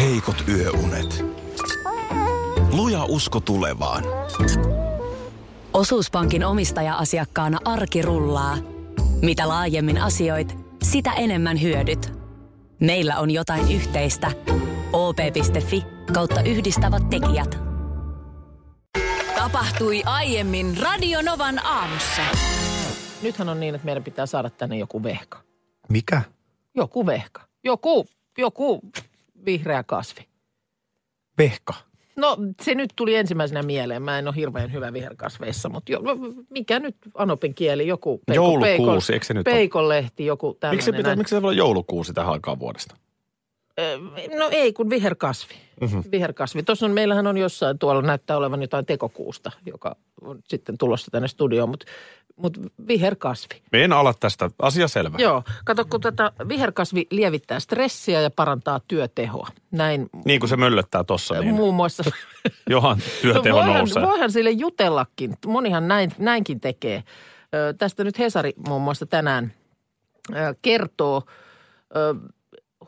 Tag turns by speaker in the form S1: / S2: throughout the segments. S1: heikot yöunet. Luja usko tulevaan.
S2: Osuuspankin omistaja-asiakkaana arki rullaa. Mitä laajemmin asioit, sitä enemmän hyödyt. Meillä on jotain yhteistä. op.fi kautta yhdistävät tekijät.
S3: Tapahtui aiemmin Radionovan aamussa.
S4: Nythän on niin, että meidän pitää saada tänne joku vehka.
S5: Mikä?
S4: Joku vehka. Joku, joku vihreä kasvi.
S5: Vehka.
S4: No se nyt tuli ensimmäisenä mieleen. Mä en ole hirveän hyvä viherkasveissa, mutta jo, no, mikä nyt Anopin kieli, joku
S5: Joulukuusi, eikö se nyt ole?
S4: peikonlehti, joku tämmöinen.
S5: Miksi se, pitää,
S4: näin.
S5: miksi se voi olla joulukuusi tähän aikaan vuodesta?
S4: Ö, No ei, kun viherkasvi.
S5: Mhm.
S4: Mm-hmm. Viherkasvi. Tuossa on, meillähän on jossain tuolla näyttää olevan jotain tekokuusta, joka on sitten tulossa tänne studioon, mutta mut viherkasvi.
S5: Me en ala tästä. Asia selvä.
S4: Joo, kato kun tätä viherkasvi lievittää stressiä ja parantaa työtehoa. Näin
S5: Niin kuin se möllöttää tossa, niin
S4: muun muassa.
S5: johan työteho
S4: No voihan,
S5: nousee.
S4: voihan sille jutellakin. Monihan näin, näinkin tekee. Ö, tästä nyt Hesari muun muassa tänään ö, kertoo. Ö,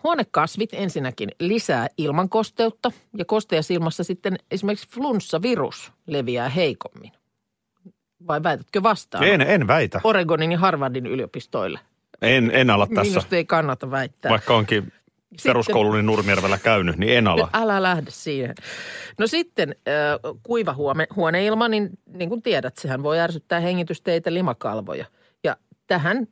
S4: huonekasvit ensinnäkin lisää ilman kosteutta ja kosteassa ilmassa sitten esimerkiksi flunssavirus leviää heikommin. Vai väitätkö vastaan?
S5: En, en väitä.
S4: Oregonin ja Harvardin yliopistoille.
S5: En, en ala tässä.
S4: Minusta ei kannata väittää.
S5: Vaikka onkin peruskouluni Nurmijärvellä käynyt, niin en ala.
S4: No, älä lähde siihen. No sitten äh, kuiva huome, huoneilma, niin, niin kuin tiedät, sehän voi ärsyttää hengitysteitä limakalvoja. Ja tähän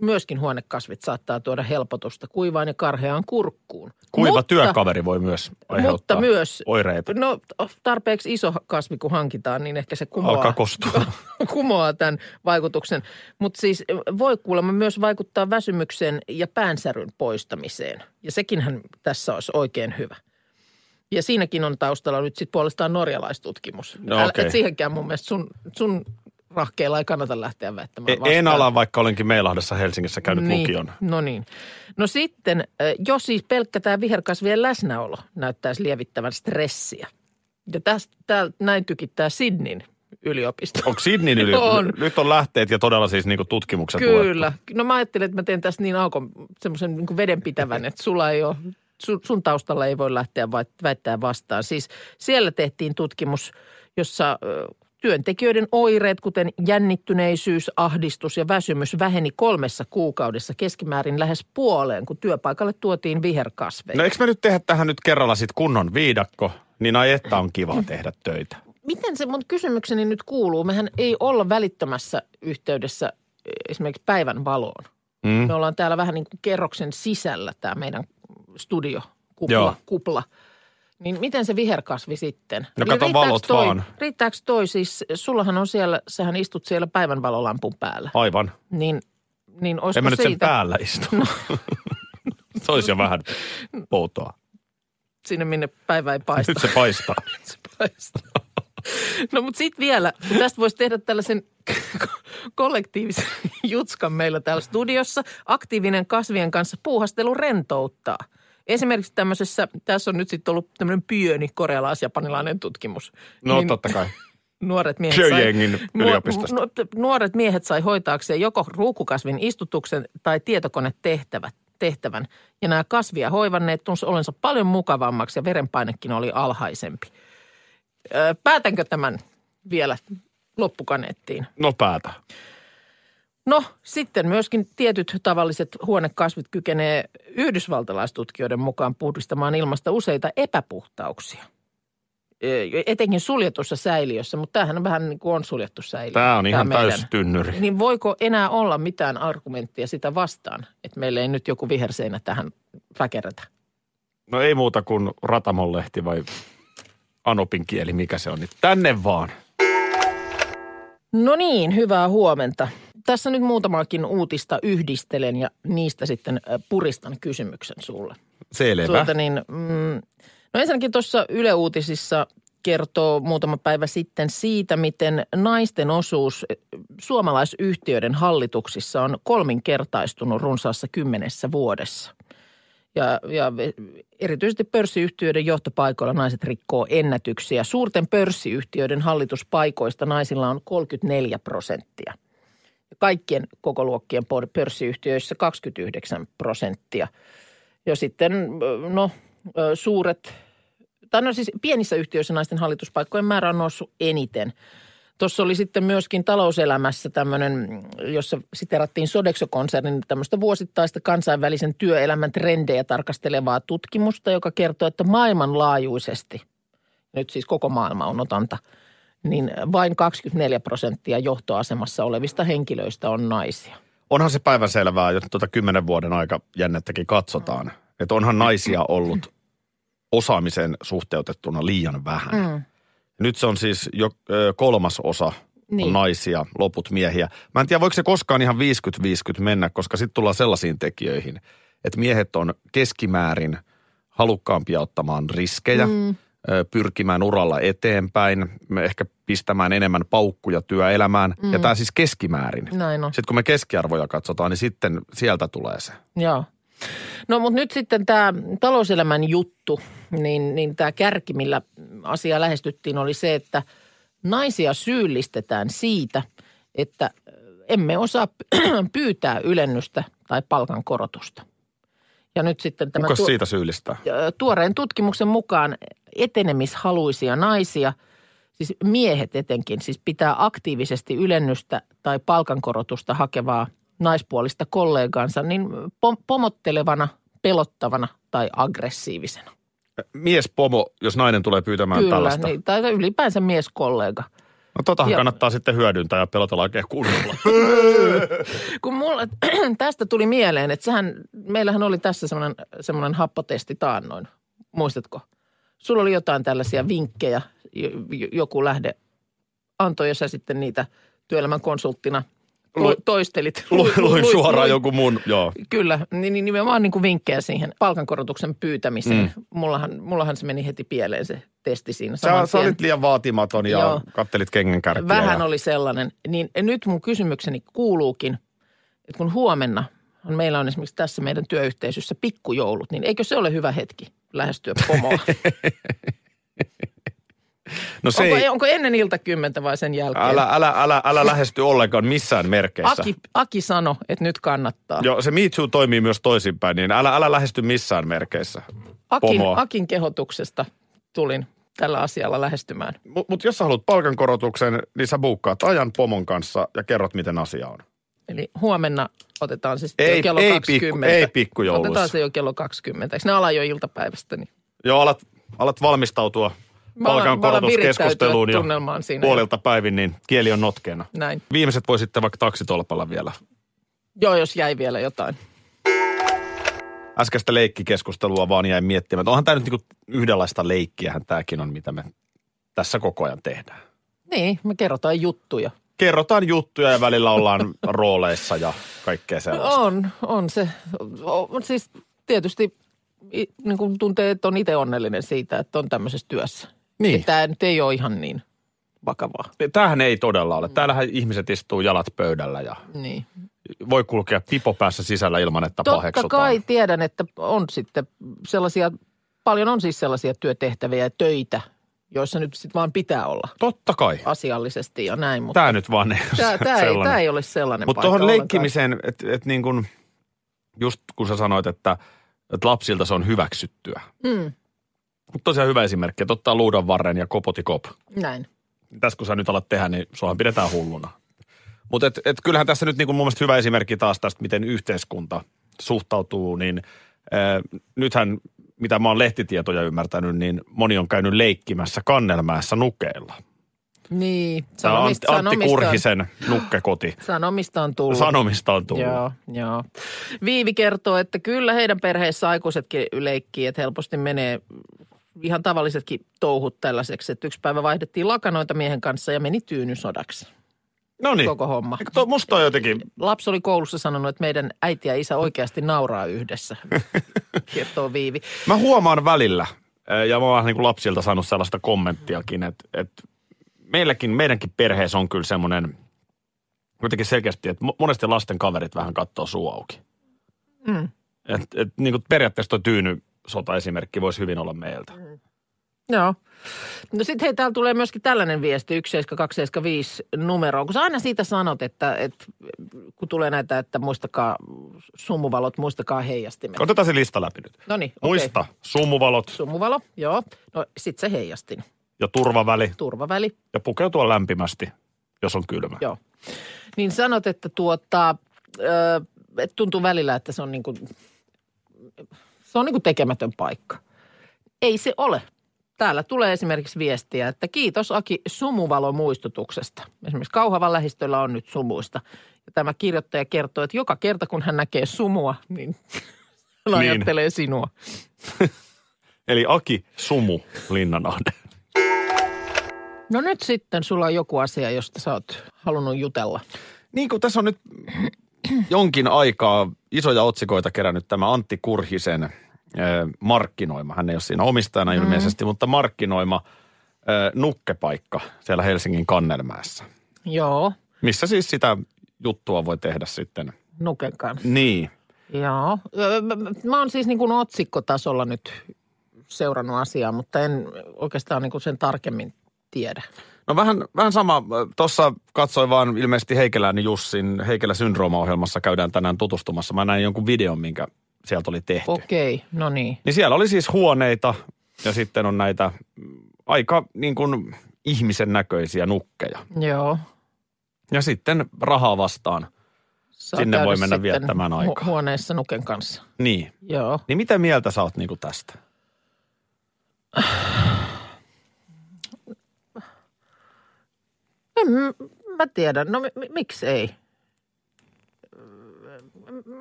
S4: myöskin huonekasvit saattaa tuoda helpotusta kuivaan ja karheaan kurkkuun.
S5: Kuiva
S4: Mutta-
S5: työkaveri voi myös aiheuttaa
S4: mutta myös-
S5: oireita.
S4: No tarpeeksi iso kasvi, kun hankitaan, niin ehkä se kumoaa,
S5: Alkaa kostua.
S4: kumoaa tämän vaikutuksen. Mutta siis voi kuulemma myös vaikuttaa väsymyksen ja päänsäryn poistamiseen. Ja sekinhän tässä olisi oikein hyvä. Ja siinäkin on taustalla nyt sitten puolestaan norjalaistutkimus.
S5: No
S4: Älä-
S5: okei.
S4: Et siihenkään mun mielestä sun, sun rahkeilla ei kannata lähteä väittämään
S5: E- En ala, vaikka olenkin Meilahdessa Helsingissä käynyt
S4: niin,
S5: lukion.
S4: No niin. No sitten, äh, jos siis pelkkä tämä viherkasvien läsnäolo näyttäisi lievittävän stressiä. Ja tästä tää, näin tykittää Sidnin yliopisto.
S5: Onko Sidnin yli?
S4: On.
S5: Nyt on lähteet ja todella siis niinku tutkimukset
S4: Kyllä. No mä ajattelin, että mä teen tästä niin aukon, semmoisen niin vedenpitävän, että sulla ei ole, sun, sun taustalla ei voi lähteä vai- väittää vastaan. Siis siellä tehtiin tutkimus, jossa ö, työntekijöiden oireet, kuten jännittyneisyys, ahdistus ja väsymys väheni kolmessa kuukaudessa keskimäärin lähes puoleen, kun työpaikalle tuotiin viherkasveja.
S5: No eikö me nyt tehdä tähän nyt kerralla sit kunnon viidakko? Niin ai että on kiva tehdä töitä.
S4: Miten se mun kysymykseni nyt kuuluu? Mehän ei olla välittömässä yhteydessä eh, esimerkiksi päivän valoon. Mm. Me ollaan täällä vähän niin kuin kerroksen sisällä tämä meidän studio,
S5: Joo.
S4: kupla, kupla. Niin miten se viherkasvi sitten?
S5: No
S4: Eli
S5: kato
S4: riittääks
S5: valot
S4: toi,
S5: vaan.
S4: Riittääkö toi siis, sullahan on siellä, sähän istut siellä päivänvalolampun päällä.
S5: Aivan.
S4: Niin, niin olisiko
S5: en mä nyt sen
S4: siitä,
S5: päällä istu. No. se olisi jo vähän outoa.
S4: sinne minne päivä ei paista?
S5: Nyt se paistaa.
S4: Se paistaa. No mutta sitten vielä, kun tästä voisi tehdä tällaisen kollektiivisen jutskan meillä täällä studiossa. Aktiivinen kasvien kanssa puuhastelu rentouttaa. Esimerkiksi tämmöisessä, tässä on nyt sitten ollut tämmöinen pieni korealais-japanilainen tutkimus. Niin-
S5: No totta kai.
S4: Nuoret miehet, sai,
S5: Köjengin yliopistosta.
S4: nu, nuoret miehet sai hoitaakseen joko ruukukasvin istutuksen tai tietokonetehtävät tehtävän. Ja nämä kasvia hoivanneet tunsi olensa paljon mukavammaksi ja verenpainekin oli alhaisempi. Ö, päätänkö tämän vielä loppukaneettiin?
S5: No päätä.
S4: No sitten myöskin tietyt tavalliset huonekasvit kykenee yhdysvaltalaistutkijoiden mukaan puhdistamaan ilmasta useita epäpuhtauksia. Ö, Etenkin suljetussa säiliössä, mutta tämähän on vähän niin kuin on suljettu säiliö.
S5: Tää on ihan
S4: meidän.
S5: täystynnyri.
S4: Niin voiko enää olla mitään argumenttia sitä vastaan, että meillä ei nyt joku viherseinä tähän väkerätä?
S5: No ei muuta kuin Ratamonlehti vai Anopin kieli, mikä se on. Niin tänne vaan.
S4: No niin, hyvää huomenta. Tässä nyt muutamaakin uutista yhdistelen ja niistä sitten ö, puristan kysymyksen sulle.
S5: Selvä.
S4: Tuota niin, mm, no ensinnäkin tuossa Yle Uutisissa kertoo muutama päivä sitten siitä, miten naisten osuus suomalaisyhtiöiden hallituksissa on kolminkertaistunut runsaassa kymmenessä vuodessa. Ja, ja erityisesti pörssiyhtiöiden johtopaikoilla naiset rikkoo ennätyksiä. Suurten pörssiyhtiöiden hallituspaikoista naisilla on 34 prosenttia. Kaikkien kokoluokkien por- pörssiyhtiöissä 29 prosenttia – ja sitten, ö, no, ö, suuret tai no siis pienissä yhtiöissä naisten hallituspaikkojen määrä on noussut eniten. Tuossa oli sitten myöskin talouselämässä tämmöinen, jossa siterattiin Sodexo-konsernin tämmöistä vuosittaista kansainvälisen työelämän trendejä tarkastelevaa tutkimusta, joka kertoo, että maailmanlaajuisesti, nyt siis koko maailma on otanta, niin vain 24 prosenttia johtoasemassa olevista henkilöistä on naisia.
S6: Onhan se päivänselvää, jos tuota kymmenen vuoden aika jännettäkin katsotaan. Että onhan naisia ollut osaamisen suhteutettuna liian vähän.
S4: Mm.
S6: Nyt se on siis jo ö, kolmas osa
S4: Niin.
S6: on naisia, loput miehiä. Mä en tiedä, voiko se koskaan ihan 50-50 mennä, koska sitten tullaan sellaisiin tekijöihin, että miehet on keskimäärin halukkaampia ottamaan riskejä, mm. pyrkimään uralla eteenpäin, me ehkä pistämään enemmän paukkuja työelämään. Mm. Ja tämä siis keskimäärin.
S4: Näin on.
S6: Sitten kun me keskiarvoja katsotaan, niin sitten sieltä tulee se.
S4: Joo. No mutta nyt sitten tämä talouselämän juttu, niin, niin tämä kärki, millä asia lähestyttiin, oli se, että naisia syyllistetään siitä, että emme osaa pyytää ylennystä tai palkankorotusta. Ja nyt sitten tämä
S6: Kuka
S4: tuo-
S6: siitä syyllistää?
S4: ö, tuoreen tutkimuksen mukaan etenemishaluisia naisia, siis miehet etenkin, siis pitää aktiivisesti ylennystä tai palkankorotusta hakevaa naispuolista kollegaansa niin pom- pomottelevana, pelottavana tai aggressiivisena.
S6: Mies pomo, jos nainen tulee pyytämään tällaista.
S4: niin, tai ylipäänsä mieskollega.
S6: No totahan
S4: Joo.
S6: kannattaa sitten hyödyntää ja pelotella oikein kunnolla.
S4: Kun mulla, tästä tuli mieleen, että sehän, meillähän oli tässä semmoinen, semmoinen happotesti taannoin. Muistatko? Sulla oli jotain tällaisia vinkkejä, jo- jo- joku lähde antoi, ja sä sitten niitä työelämän konsulttina lu, toistelit.
S6: Lu- Luin suoraan
S4: luin.
S6: joku mun, joo.
S4: Kyllä, niin, niin nimenomaan niin kuin vinkkejä siihen palkankorotuksen pyytämiseen. Mm. Mullahan, mullahan se meni heti pieleen se testi siinä.
S6: Sä,
S4: saman
S6: sä
S4: tien.
S6: olit liian vaatimaton ja
S4: Joo.
S6: joo. kattelit kengänkärkiä.
S4: Vähän
S6: ja...
S4: oli sellainen. Niin nyt mun kysymykseni kuuluukin, että kun huomenna on, meillä on esimerkiksi tässä meidän työyhteisössä pikkujoulut, niin eikö se ole hyvä hetki lähestyä pomoa?
S6: No se
S4: onko,
S6: ei,
S4: onko ennen ilta kymmentä vai sen jälkeen?
S6: älä, älä, älä, älä lähesty ollenkaan missään merkeissä.
S4: Aki, Aki sanoi, että nyt kannattaa.
S6: Joo, se Me Too toimii myös toisinpäin, niin älä, älä lähesty missään merkeissä.
S4: Akin,
S6: pomoa.
S4: Akin kehotuksesta tulin tällä asialla lähestymään.
S6: Mutta mut jos sä haluat palkankorotuksen, niin sä buukkaat ajan pomon kanssa ja kerrot, miten asia on.
S4: Eli huomenna otetaan se sitten
S6: Ei,
S4: jo kello
S6: ei,
S4: 20.
S6: pikku, ei pikkujouluissa.
S4: Otetaan se jo kello 20. Eikö ne ala jo iltapäivästä? Niin.
S6: Joo, alat, alat valmistautua
S4: Mä alan- mä alan
S6: palkankorotuskeskusteluun
S4: virittäytyä
S6: jo
S4: tunnelmaan siinä.
S6: puolilta päivin, niin kieli on notkeena.
S4: Näin.
S6: Viimeiset voi sitten vaikka taksitolpalla vielä
S4: Joo, jos jäi vielä jotain.
S6: äskeistä leikkikeskustelua vaan jäin miettimään, että onhan tämä nyt niinku yhdenlaista leikkiähän tämäkin on, mitä me tässä koko ajan tehdään.
S4: Niin, me kerrotaan juttuja.
S6: Kerrotaan juttuja ja välillä ollaan rooleissa ja kaikkea sellaista.
S4: On, on se. On, siis tietysti i- niin kuin tuntee, että on itse onnellinen siitä, että on tämmöisessä työssä.
S6: Niin.
S4: Ja Tämä nyt ei ole ihan niin vakavaa.
S6: Tämähän ei todella
S4: Mm.
S6: ole. Täällähän ihmiset istuu jalat pöydällä ja
S4: Niin.
S6: voi kulkea pipo päässä sisällä ilman, että
S4: Totta
S6: paheksutaan.
S4: kai tiedän, että on sitten sellaisia, paljon on siis sellaisia työtehtäviä ja töitä, joissa nyt sitten vaan pitää olla
S6: Totta kai.
S4: asiallisesti ja näin. Mutta
S6: Tämä nyt vaan ei ole
S4: tämä, tämä, ei,
S6: sellainen.
S4: tämä ei ole sellainen
S6: Mutta
S4: paikka
S6: tuohon
S4: ollenkaan.
S6: leikkimiseen, että et niin kuin, just kun sä sanoit, että, että lapsilta se on hyväksyttyä.
S4: Mm,
S6: Mutta tosiaan hyvä esimerkki, että ottaa luudan varren ja kopotikop.
S4: näin.
S6: Tässä kun sä nyt alat tehdä, niin suahan pidetään hulluna. Mutta et, et kyllähän tässä nyt niin kuin mun mielestä hyvä esimerkki taas tästä, miten yhteiskunta suhtautuu, niin ää, nythän, mitä mä oon lehtitietoja ymmärtänyt, niin moni on käynyt leikkimässä kannelmäessä nukeilla.
S4: Niin,
S6: Tämä on Antti,
S4: sanomista,
S6: Antti
S4: sanomista on-
S6: Kurhisen nukkekoti.
S4: Sanomista on tullut.
S6: Sanomista on tullut.
S4: Joo, joo. Viivi kertoo, että kyllä heidän perheessä aikuisetkin leikkii, että helposti menee ihan tavallisetkin touhut tällaiseksi. Että yksi päivä vaihdettiin lakanoita miehen kanssa ja meni tyynysodaksi
S6: No niin.
S4: koko homma.
S6: Eikö toi- Musta on jotenkin
S4: Lapsi oli koulussa sanonut, että meidän äiti ja isä oikeasti nauraa yhdessä, kertoo Viivi.
S6: Mä huomaan välillä, ö, ja mä oon niin kuin lapsilta saanut sellaista kommenttiakin, että, että meilläkin, meidänkin perheessä on kyllä semmoinen jotenkin selkeästi, että mo- monesti lasten kaverit vähän katsoo suu auki. niinku Mm. Et, et, niin kuin periaatteessa tuo tyyny sota-esimerkki voisi hyvin olla meiltä.
S4: Joo. No sitten hei, täällä tulee myöskin tällainen viesti 17275 numeroon, kun sä aina siitä sanot, että, että kun tulee näitä, että muistakaa sumuvalot, muistakaa heijastimet.
S5: Otetaan se lista läpi nyt.
S4: No niin, okei.
S5: Muista, sumuvalot
S4: Sumuvalo, joo. No sit se heijastin.
S5: ja turvaväli
S4: Turvaväli,
S5: ja pukeutua lämpimästi, jos on kylmä.
S4: joo. Niin sanot, että tuota, ö, että tuntuu välillä, että se on niin kuin, se on niin kuin tekemätön paikka. Ei se ole. Täällä tulee esimerkiksi viestiä, että kiitos Aki sumuvalomuistutuksesta. Esimerkiksi Kauhavan lähistöllä on nyt sumuista. Ja tämä kirjoittaja kertoo, että joka kerta kun hän näkee sumua, niin hän
S5: Niin.
S4: ajattelee sinua.
S5: Eli Aki Sumu Linnanahde.
S4: No nyt sitten sulla on joku asia, josta sä oot halunnut jutella.
S6: Niin kuin tässä on nyt jonkin aikaa isoja otsikoita kerännyt tämä Antti Kurhisen ö, markkinoima. Hän ei ole siinä omistajana ilmeisesti, mutta markkinoima ö, nukkepaikka siellä Helsingin Kannelmäessä.
S4: Joo,
S6: Missä siis sitä juttua voi tehdä sitten?
S4: Nuken kanssa.
S6: Niin.
S4: Joo. Öö, mä- mä- Mä oon siis niin kuin otsikkotasolla nyt seurannut asiaa, mutta en oikeastaan niin kuin sen tarkemmin tiedä.
S6: No vähän, vähän sama. Tuossa katsoin vaan ilmeisesti Heikelän Jussin Heikelä syndrooma-ohjelmassa käydään tänään tutustumassa. Mä näin jonkun videon, minkä sieltä oli tehty.
S4: Okei, no niin.
S6: Niin siellä oli siis huoneita ja sitten on näitä mm, aika niin kuin ihmisen näköisiä nukkeja.
S4: Joo.
S6: Ja sitten rahaa vastaan.
S4: Saa
S6: Sinne voi
S4: käydä
S6: mennä
S4: sitten
S6: viettämään
S4: hu-
S6: aikaa.
S4: huoneessa Nuken kanssa.
S6: Niin.
S4: Joo.
S6: Niin mitä mieltä sä oot niin kuin tästä?
S4: En, m- mä tiedän. No mi- mi- miksi ei?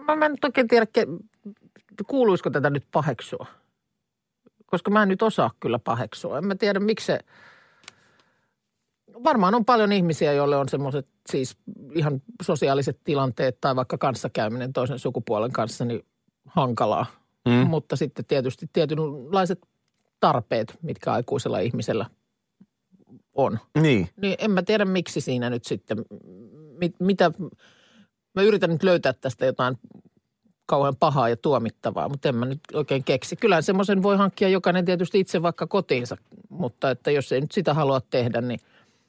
S4: Mä, mä en nyt oikein tiedä, ke- kuuluisiko tätä nyt paheksua. Koska mä en nyt osaa kyllä paheksua. En mä tiedä, miksi se... Varmaan on paljon ihmisiä, joille on semmoiset siis ihan sosiaaliset tilanteet tai vaikka kanssakäyminen toisen sukupuolen kanssa niin hankalaa. Mm. Mutta sitten tietysti tietynlaiset tarpeet, mitkä aikuisella ihmisellä on.
S6: Niin.
S4: Niin en mä tiedä miksi siinä nyt sitten, mit, mitä, mä yritän nyt löytää tästä jotain kauhean pahaa ja tuomittavaa, mutta en mä nyt oikein keksi. Kyllähän semmoisen voi hankkia jokainen tietysti itse vaikka kotiinsa, mutta että jos ei nyt sitä halua tehdä, niin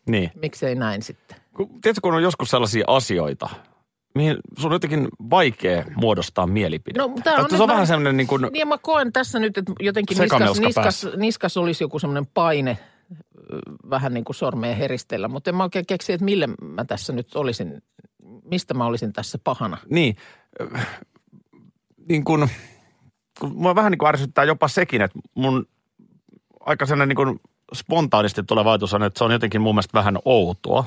S6: Niin.
S4: miksei näin sitten?
S6: Kun, tiedätkö, kun on joskus sellaisia asioita, mihin sun on jotenkin vaikea muodostaa mielipide.
S4: No, tää on
S6: se
S4: nyt
S6: on
S4: vähän-
S6: vähän semmoinen niin kuin,
S4: Niin ja mä koen tässä nyt, että jotenkin niskas,
S6: Sekamelska
S4: niskas,
S6: päässä.
S4: niskas olisi joku semmoinen paine ö, vähän niin kuin sormeen heristellä, mutta en mä oikein keksi, että mille mä tässä nyt olisin, mistä mä olisin tässä pahana.
S6: niin, äh, niin kuin, kun mua vähän niin kuin ärsyttää jopa sekin, että mun aika sellainen niin kuin spontaanisti tuleva ajatus on, että se on jotenkin mun mielestä vähän outoa.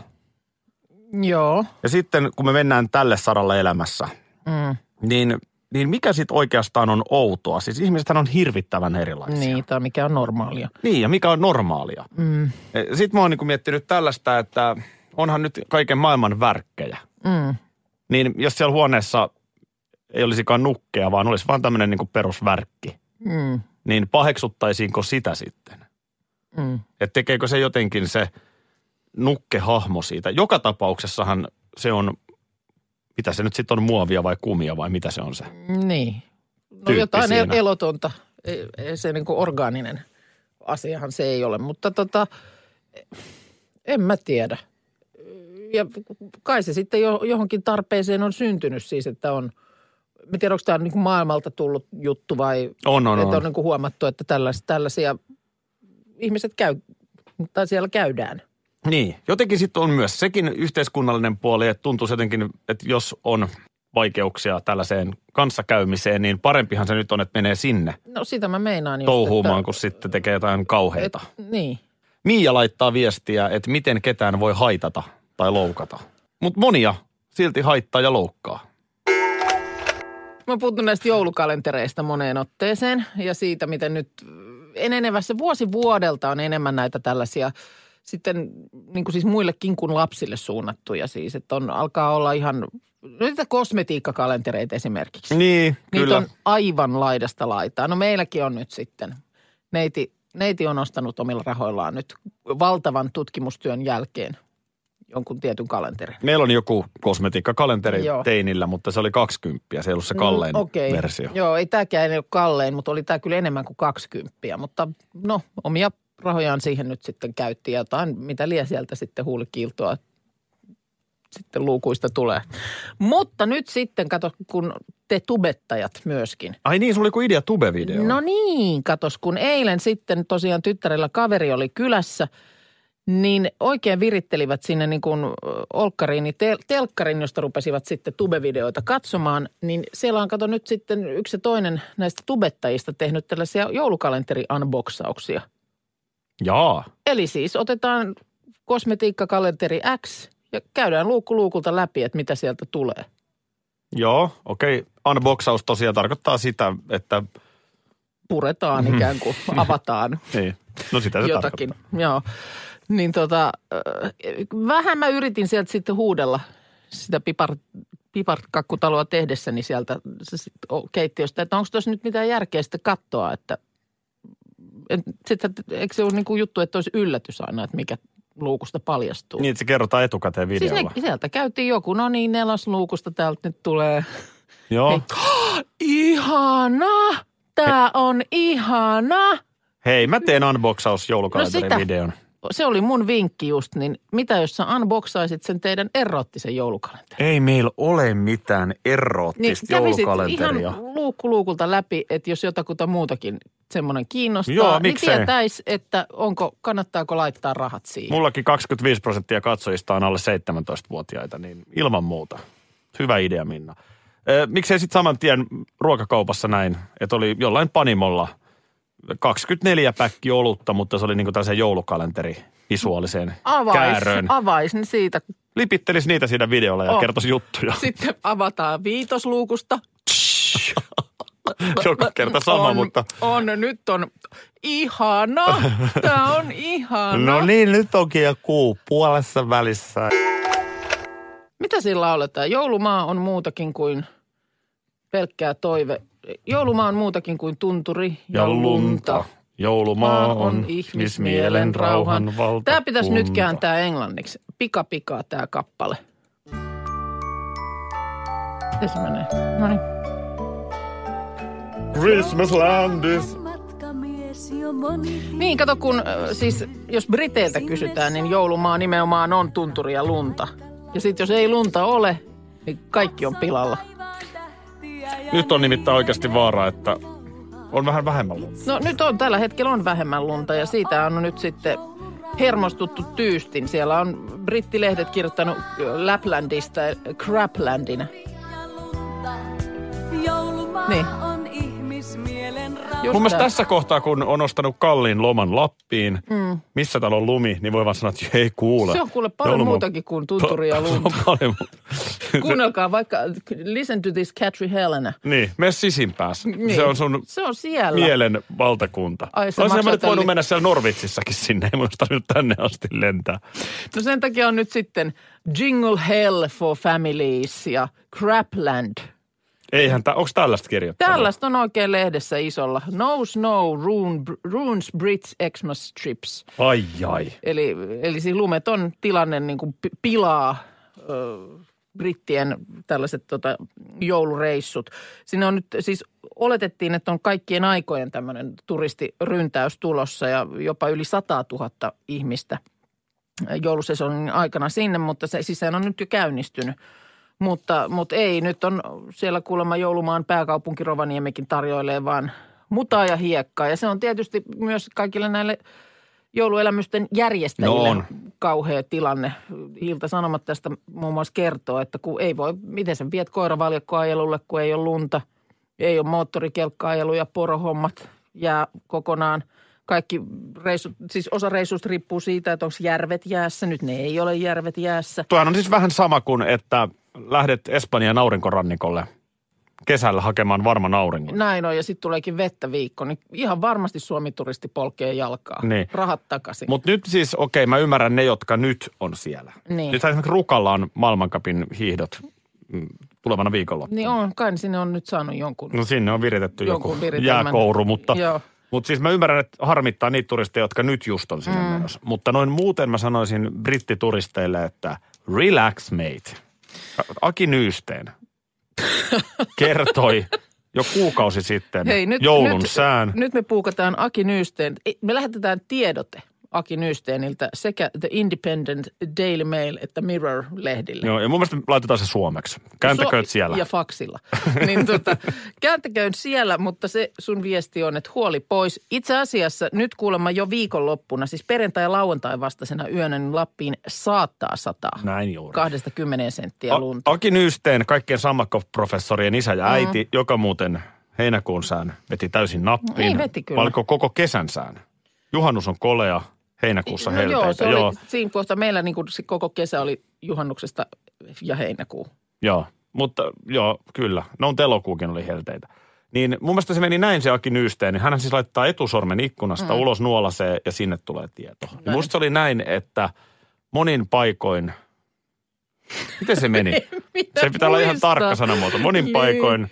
S4: Joo.
S6: Ja sitten kun me mennään tälle saralle elämässä,
S4: Mm.
S6: niin, niin mikä sitten oikeastaan on outoa? Siis ihmisethän on hirvittävän erilaisia.
S4: Niin, tai mikä on normaalia.
S6: Niin, ja mikä on normaalia?
S4: Mm.
S6: Sitten mä oon niinku miettinyt tällaista, että onhan nyt kaiken maailman värkkejä.
S4: Mm.
S6: Niin jos siellä huoneessa ei olisikaan nukkeja, vaan olisi vaan tämmöinen niinku perusvärkki,
S4: Mm.
S6: niin paheksuttaisiinko sitä sitten?
S4: Mm.
S6: Että tekeekö se jotenkin se nukkehahmo siitä? Joka tapauksessahan se on, mitä se nyt sitten on, muovia vai kumia vai mitä se on se?
S4: Niin. No
S6: Tyyppi
S4: jotain el-
S6: siinä.
S4: elotonta. Ei, ei se niin kuin orgaaninen asiahan se ei ole, mutta tota, en mä tiedä. Ja kai se sitten jo, johonkin tarpeeseen on syntynyt siis, että on, mä tiedän, onko tämä niin kuin maailmalta tullut juttu vai
S6: On, on,
S4: että on
S6: on.
S4: niin kuin huomattu, että tällaisia, tällaisia ihmiset käy, tai siellä käydään.
S6: Niin, jotenkin sitten on myös sekin yhteiskunnallinen puoli, että tuntuu jotenkin, että jos on vaikeuksia tällaiseen kanssakäymiseen, niin parempihan se nyt on, että menee sinne
S4: No sitä mä meinaan just,
S6: touhuumaan,
S4: että-
S6: kun sitten tekee jotain kauheita.
S4: Et, niin.
S6: Miia laittaa viestiä, että miten ketään voi haitata tai loukata. Mutta monia silti haittaa ja loukkaa.
S4: Mä oon puhuttu näistä joulukalentereista moneen otteeseen ja siitä, miten nyt enenevässä vuosi vuodelta on enemmän näitä tällaisia sitten niin kuin siis muillekin kuin lapsille suunnattuja siis, että on, alkaa olla ihan, no niitä kosmetiikkakalentereita esimerkiksi.
S6: Niin,
S4: Niitä on aivan laidasta laitaa. No meilläkin on nyt sitten. Neiti, neiti on ostanut omilla rahoillaan nyt valtavan tutkimustyön jälkeen jonkun tietyn kalenterin.
S6: Meillä on joku kosmetiikkakalenteri
S4: Joo. Mm,
S6: teinillä, mutta se oli 20, se ei ollut se kallein
S4: okei.
S6: versio.
S4: Joo, ei tämäkään ei ole kallein, mutta oli tämä kyllä enemmän kuin 20. Mutta no, omia rahojaan siihen nyt sitten käytti ja jotain, mitä lie sieltä sitten huulikiiltoa sitten luukuista tulee. Mutta nyt sitten, kato, kun te tubettajat myöskin.
S7: Ai niin, sulla oli kuin idea Tube-video.
S4: No niin, katos, kun eilen sitten tosiaan tyttärellä kaveri oli kylässä, niin oikein virittelivät sinne niin kuin ö, olkkariin, niin tel- telkkarin, josta rupesivat sitten tubevideoita katsomaan, niin siellä on kato nyt sitten yksi ja toinen näistä tubettajista tehnyt tällaisia joulukalenteri-unboxauksia.
S7: Jaa.
S4: Eli siis otetaan kosmetiikkakalenteri X ja käydään luukku luukulta läpi, että mitä sieltä tulee.
S7: Joo, okei. Unboxaus tosiaan tarkoittaa sitä, että...
S4: Puretaan ikään kuin, avataan.
S7: Niin. No sitä se
S4: jotakin.
S7: tarkoittaa.
S4: Joo. Niin tota, äh, vähän mä yritin sieltä sitten huudella sitä pipar, piparkakkutaloa tehdessäni sieltä se sit o- keittiöstä, että onko tuossa nyt mitään järkeä sitten katsoa, että et, sit, et, eikö se ole niin kuin juttu, että olisi yllätys aina, että mikä luukusta paljastuu.
S6: Niin, että se kerrotaan etukäteen
S4: siis
S6: videolla.
S4: ne, sieltä käytiin joku, no niin, nelosluukusta täältä nyt tulee.
S6: Joo.
S4: Hei. Ihana! Tää on ihana!
S6: Hei, mä teen unboxaus
S4: No sitä.
S6: joulukalenterivideon.
S4: se oli mun vinkki just, niin mitä jos sä unboxaisit sen teidän erottisen joulukalenterin? Niin
S6: Ei meillä ole mitään erottista
S4: kävisit
S6: Siis joulukalenteria.
S4: ihan luukku luukulta läpi, että jos jotakuta muutakin semmoinen kiinnostaa,
S6: Joo,
S4: niin
S6: miksei?
S4: tietäis, että onko, kannattaako laittaa rahat siihen.
S6: Mullakin 25 prosenttia katsojista on alle 17-vuotiaita, niin ilman muuta. Hyvä idea, Minna. Ö, Miksei sitten saman tien ruokakaupassa näin, että oli jollain panimolla 24 päkki olutta, mutta se oli niinku tällaisen joulukalenteri visuaaliseen
S4: Avais,
S6: kääröön.
S4: avais, niin siitä
S6: Lipittelisi niitä siinä videolla ja
S4: Oh.
S6: oh. kertoisi juttuja.
S4: sitten avataan viitosluukusta.
S6: Joka kerta sama,
S4: on,
S6: mutta...
S4: On, nyt on ihana, tää on ihana.
S6: niin, nyt onkin jo kuu puolessa välissä.
S4: Mitä sillä lauletaan? Joulumaa on muutakin kuin pelkkää toive. Joulumaa on muutakin kuin tunturi ja,
S6: Ja lunta. Joulumaa on ihmismielen rauhan valtakunta.
S4: Tämä pitäisi nyt kääntää englanniksi. Pika pikaa tämä kappale. Miten se menee? No niin.
S6: Christmas land is...
S4: Niin, kato kun äh, siis, jos Briteiltä kysytään, niin joulumaa nimenomaan on tunturi ja lunta. Ja sitten jos ei lunta ole, niin kaikki on pilalla.
S6: Nyt on nimittäin oikeasti vaara, että on vähän vähemmän lunta.
S4: No nyt on, tällä hetkellä on vähemmän lunta ja siitä on nyt sitten hermostuttu tyystin. Siellä on brittilehdet kirjoittanut ö, Laplandista ö, Craplandina. Niin.
S2: on ihmismielen raukka.
S4: Just
S6: Mun mielestä
S4: tää.
S6: tässä kohtaa, kun on ostanut kalliin loman Lappiin, mm. missä täällä on lumi, niin voi vaan sanoa, että ei kuule.
S4: Se on kuule paljon
S6: Jouluma-
S4: muutakin kuin tunturi ja
S6: Se on
S4: lunta.
S6: paljon muuta.
S4: Kuunnelkaa vaikka, listen to this Catri Helena.
S6: Niin, mene sisimpäässä. Niin.
S4: Niin.
S6: Se on sun
S4: Se on siellä.
S6: mielen valtakunta.
S4: Ai, se
S6: Olisin mä
S4: maksat
S6: nyt voinut
S4: tälli-
S6: mennä siellä Norvitsissakin sinne, ei muista nyt tänne asti lentää.
S4: No sen takia on nyt sitten Jingle Hell for Families ja Crapland.
S6: Eihän, tää, onko tällaista kirjoittanut?
S4: Tällaista on oikein lehdessä isolla. No Snow, rune, Runes, Brits, Xmas Strips.
S6: Ai, ai.
S4: Eli, eli siis lumeton tilanne niin kuin pi- pilaa ö, brittien tällaiset tota, joulureissut. Siinä on nyt siis oletettiin, että on kaikkien aikojen tämmöinen turistiryntäys tulossa ja jopa yli 100 000 ihmistä joulusesongin aikana sinne, mutta se siis sehän on nyt jo käynnistynyt. Mutta, mutta ei, nyt on siellä kuulemma joulumaan pääkaupunki Rovaniemikin tarjoilee vaan mutaa ja hiekkaa. Ja se on tietysti myös kaikille näille jouluelämysten järjestäjille
S6: No
S4: on.
S6: on.
S4: kauhea tilanne. Ilta Sanomat tästä muun muassa kertoo, että kun ei voi, miten sen viet koiravaljakkoajelulle, kun ei ole lunta, ei ole moottorikelkka-ajelu ja porohommat jää kokonaan. Kaikki reissut, siis osa reissusta riippuu siitä, että onko järvet jäässä. Nyt ne ei ole järvet jäässä.
S6: Tuohan on siis vähän sama kuin, että lähdet Espanjan aurinkorannikolle kesällä hakemaan varman auringon.
S4: Näin on, ja sitten tuleekin vettä viikko, niin ihan varmasti suomituristi polkee jalkaa.
S6: Niin.
S4: Rahat takaisin.
S6: Mutta nyt siis, okei, mä ymmärrän ne, jotka nyt on siellä.
S4: Niin.
S6: Nythän esimerkiksi Rukalla on maailmankapin hiihdot mm, tulevana viikonloppuna.
S4: niin on, kai sinne on nyt saanut jonkun.
S6: No sinne on viritetty joku
S4: Jonkun viritelmän.
S6: jääkouru, mutta,
S4: Joo.
S6: mutta siis mä ymmärrän, että harmittaa niitä turisteja, jotka nyt just on sinne mm. menossa. Mutta noin muuten mä sanoisin brittituristeille, että relax mate. Aki Nyysteen kertoi jo kuukausi sitten
S4: Hei, nyt,
S6: joulun
S4: nyt,
S6: sään.
S4: Nyt me puukataan Aki Nysteen. Ei, Me lähetetään tiedote Aki Nysteeniltä sekä The Independent, Daily Mail että Mirror-lehdille.
S6: Joo, ja mun mielestä laitetaan se suomeksi. Kääntäkööt siellä.
S4: Ja faksilla. niin tota, kääntäköön siellä, mutta se sun viesti on, että huoli pois. Itse asiassa nyt kuulemma jo viikonloppuna, siis perjantai- ja lauantai vastaisena yönä, niin Lappiin saattaa sataa.
S6: Näin juuri.
S4: Kahdesta kymmeneen senttiä lunta. Mm.
S6: A- Aki Nysteen, kaikkien sammakkoprofessorien isä ja äiti, joka muuten heinäkuun sään veti täysin nappiin.
S4: Niin veti kyllä.
S6: Valiko koko kesän sään? Juhannus on kolea, heinäkuussa
S4: no
S6: helteitä.
S4: joo, se oli, siinä kohta meillä niin kuin se koko kesä oli juhannuksesta ja heinäkuu.
S6: Joo, mutta joo, kyllä. No on elokuukin oli helteitä. Niin mun mielestä se meni näin se Aki Nysteen. Hän siis laittaa etusormen ikkunasta mm. ulos nuolaseen ja sinne tulee tieto.
S4: No
S6: Ja musta se
S4: niin.
S6: oli näin, että monin paikoin... Miten se meni? se pitää olla ihan
S4: muista?
S6: tarkka sanamuoto. Monin
S4: Niin.
S6: paikoin...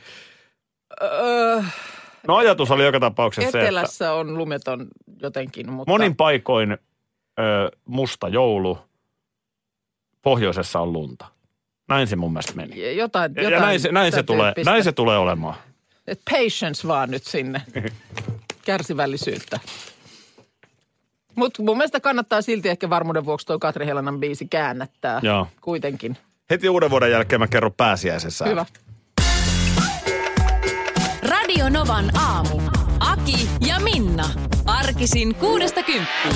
S4: Öö,
S6: No ajatus oli joka tapauksessa se, että
S4: etelässä on lumeton jotenkin, mutta...
S6: monin paikoin ö, musta joulu, pohjoisessa on lunta. Näin se mun mielestä meni.
S4: Jotain,
S6: Ja,
S4: jotain
S6: ja näin, se, näin, se
S4: tämän
S6: tulee,
S4: tyyppistä.
S6: näin se tulee olemaan.
S4: Et patience vaan nyt sinne. Kärsivällisyyttä. Mutta mun mielestä kannattaa silti ehkä varmuuden vuoksi toi Katri Helanan biisi käännättää.
S6: Joo.
S4: Kuitenkin.
S6: Heti uuden vuoden jälkeen mä kerron pääsiäisessä.
S4: Hyvä.
S2: Radio Novan aamu. Aki ja Minna. Arkisin kuudesta kymppiin.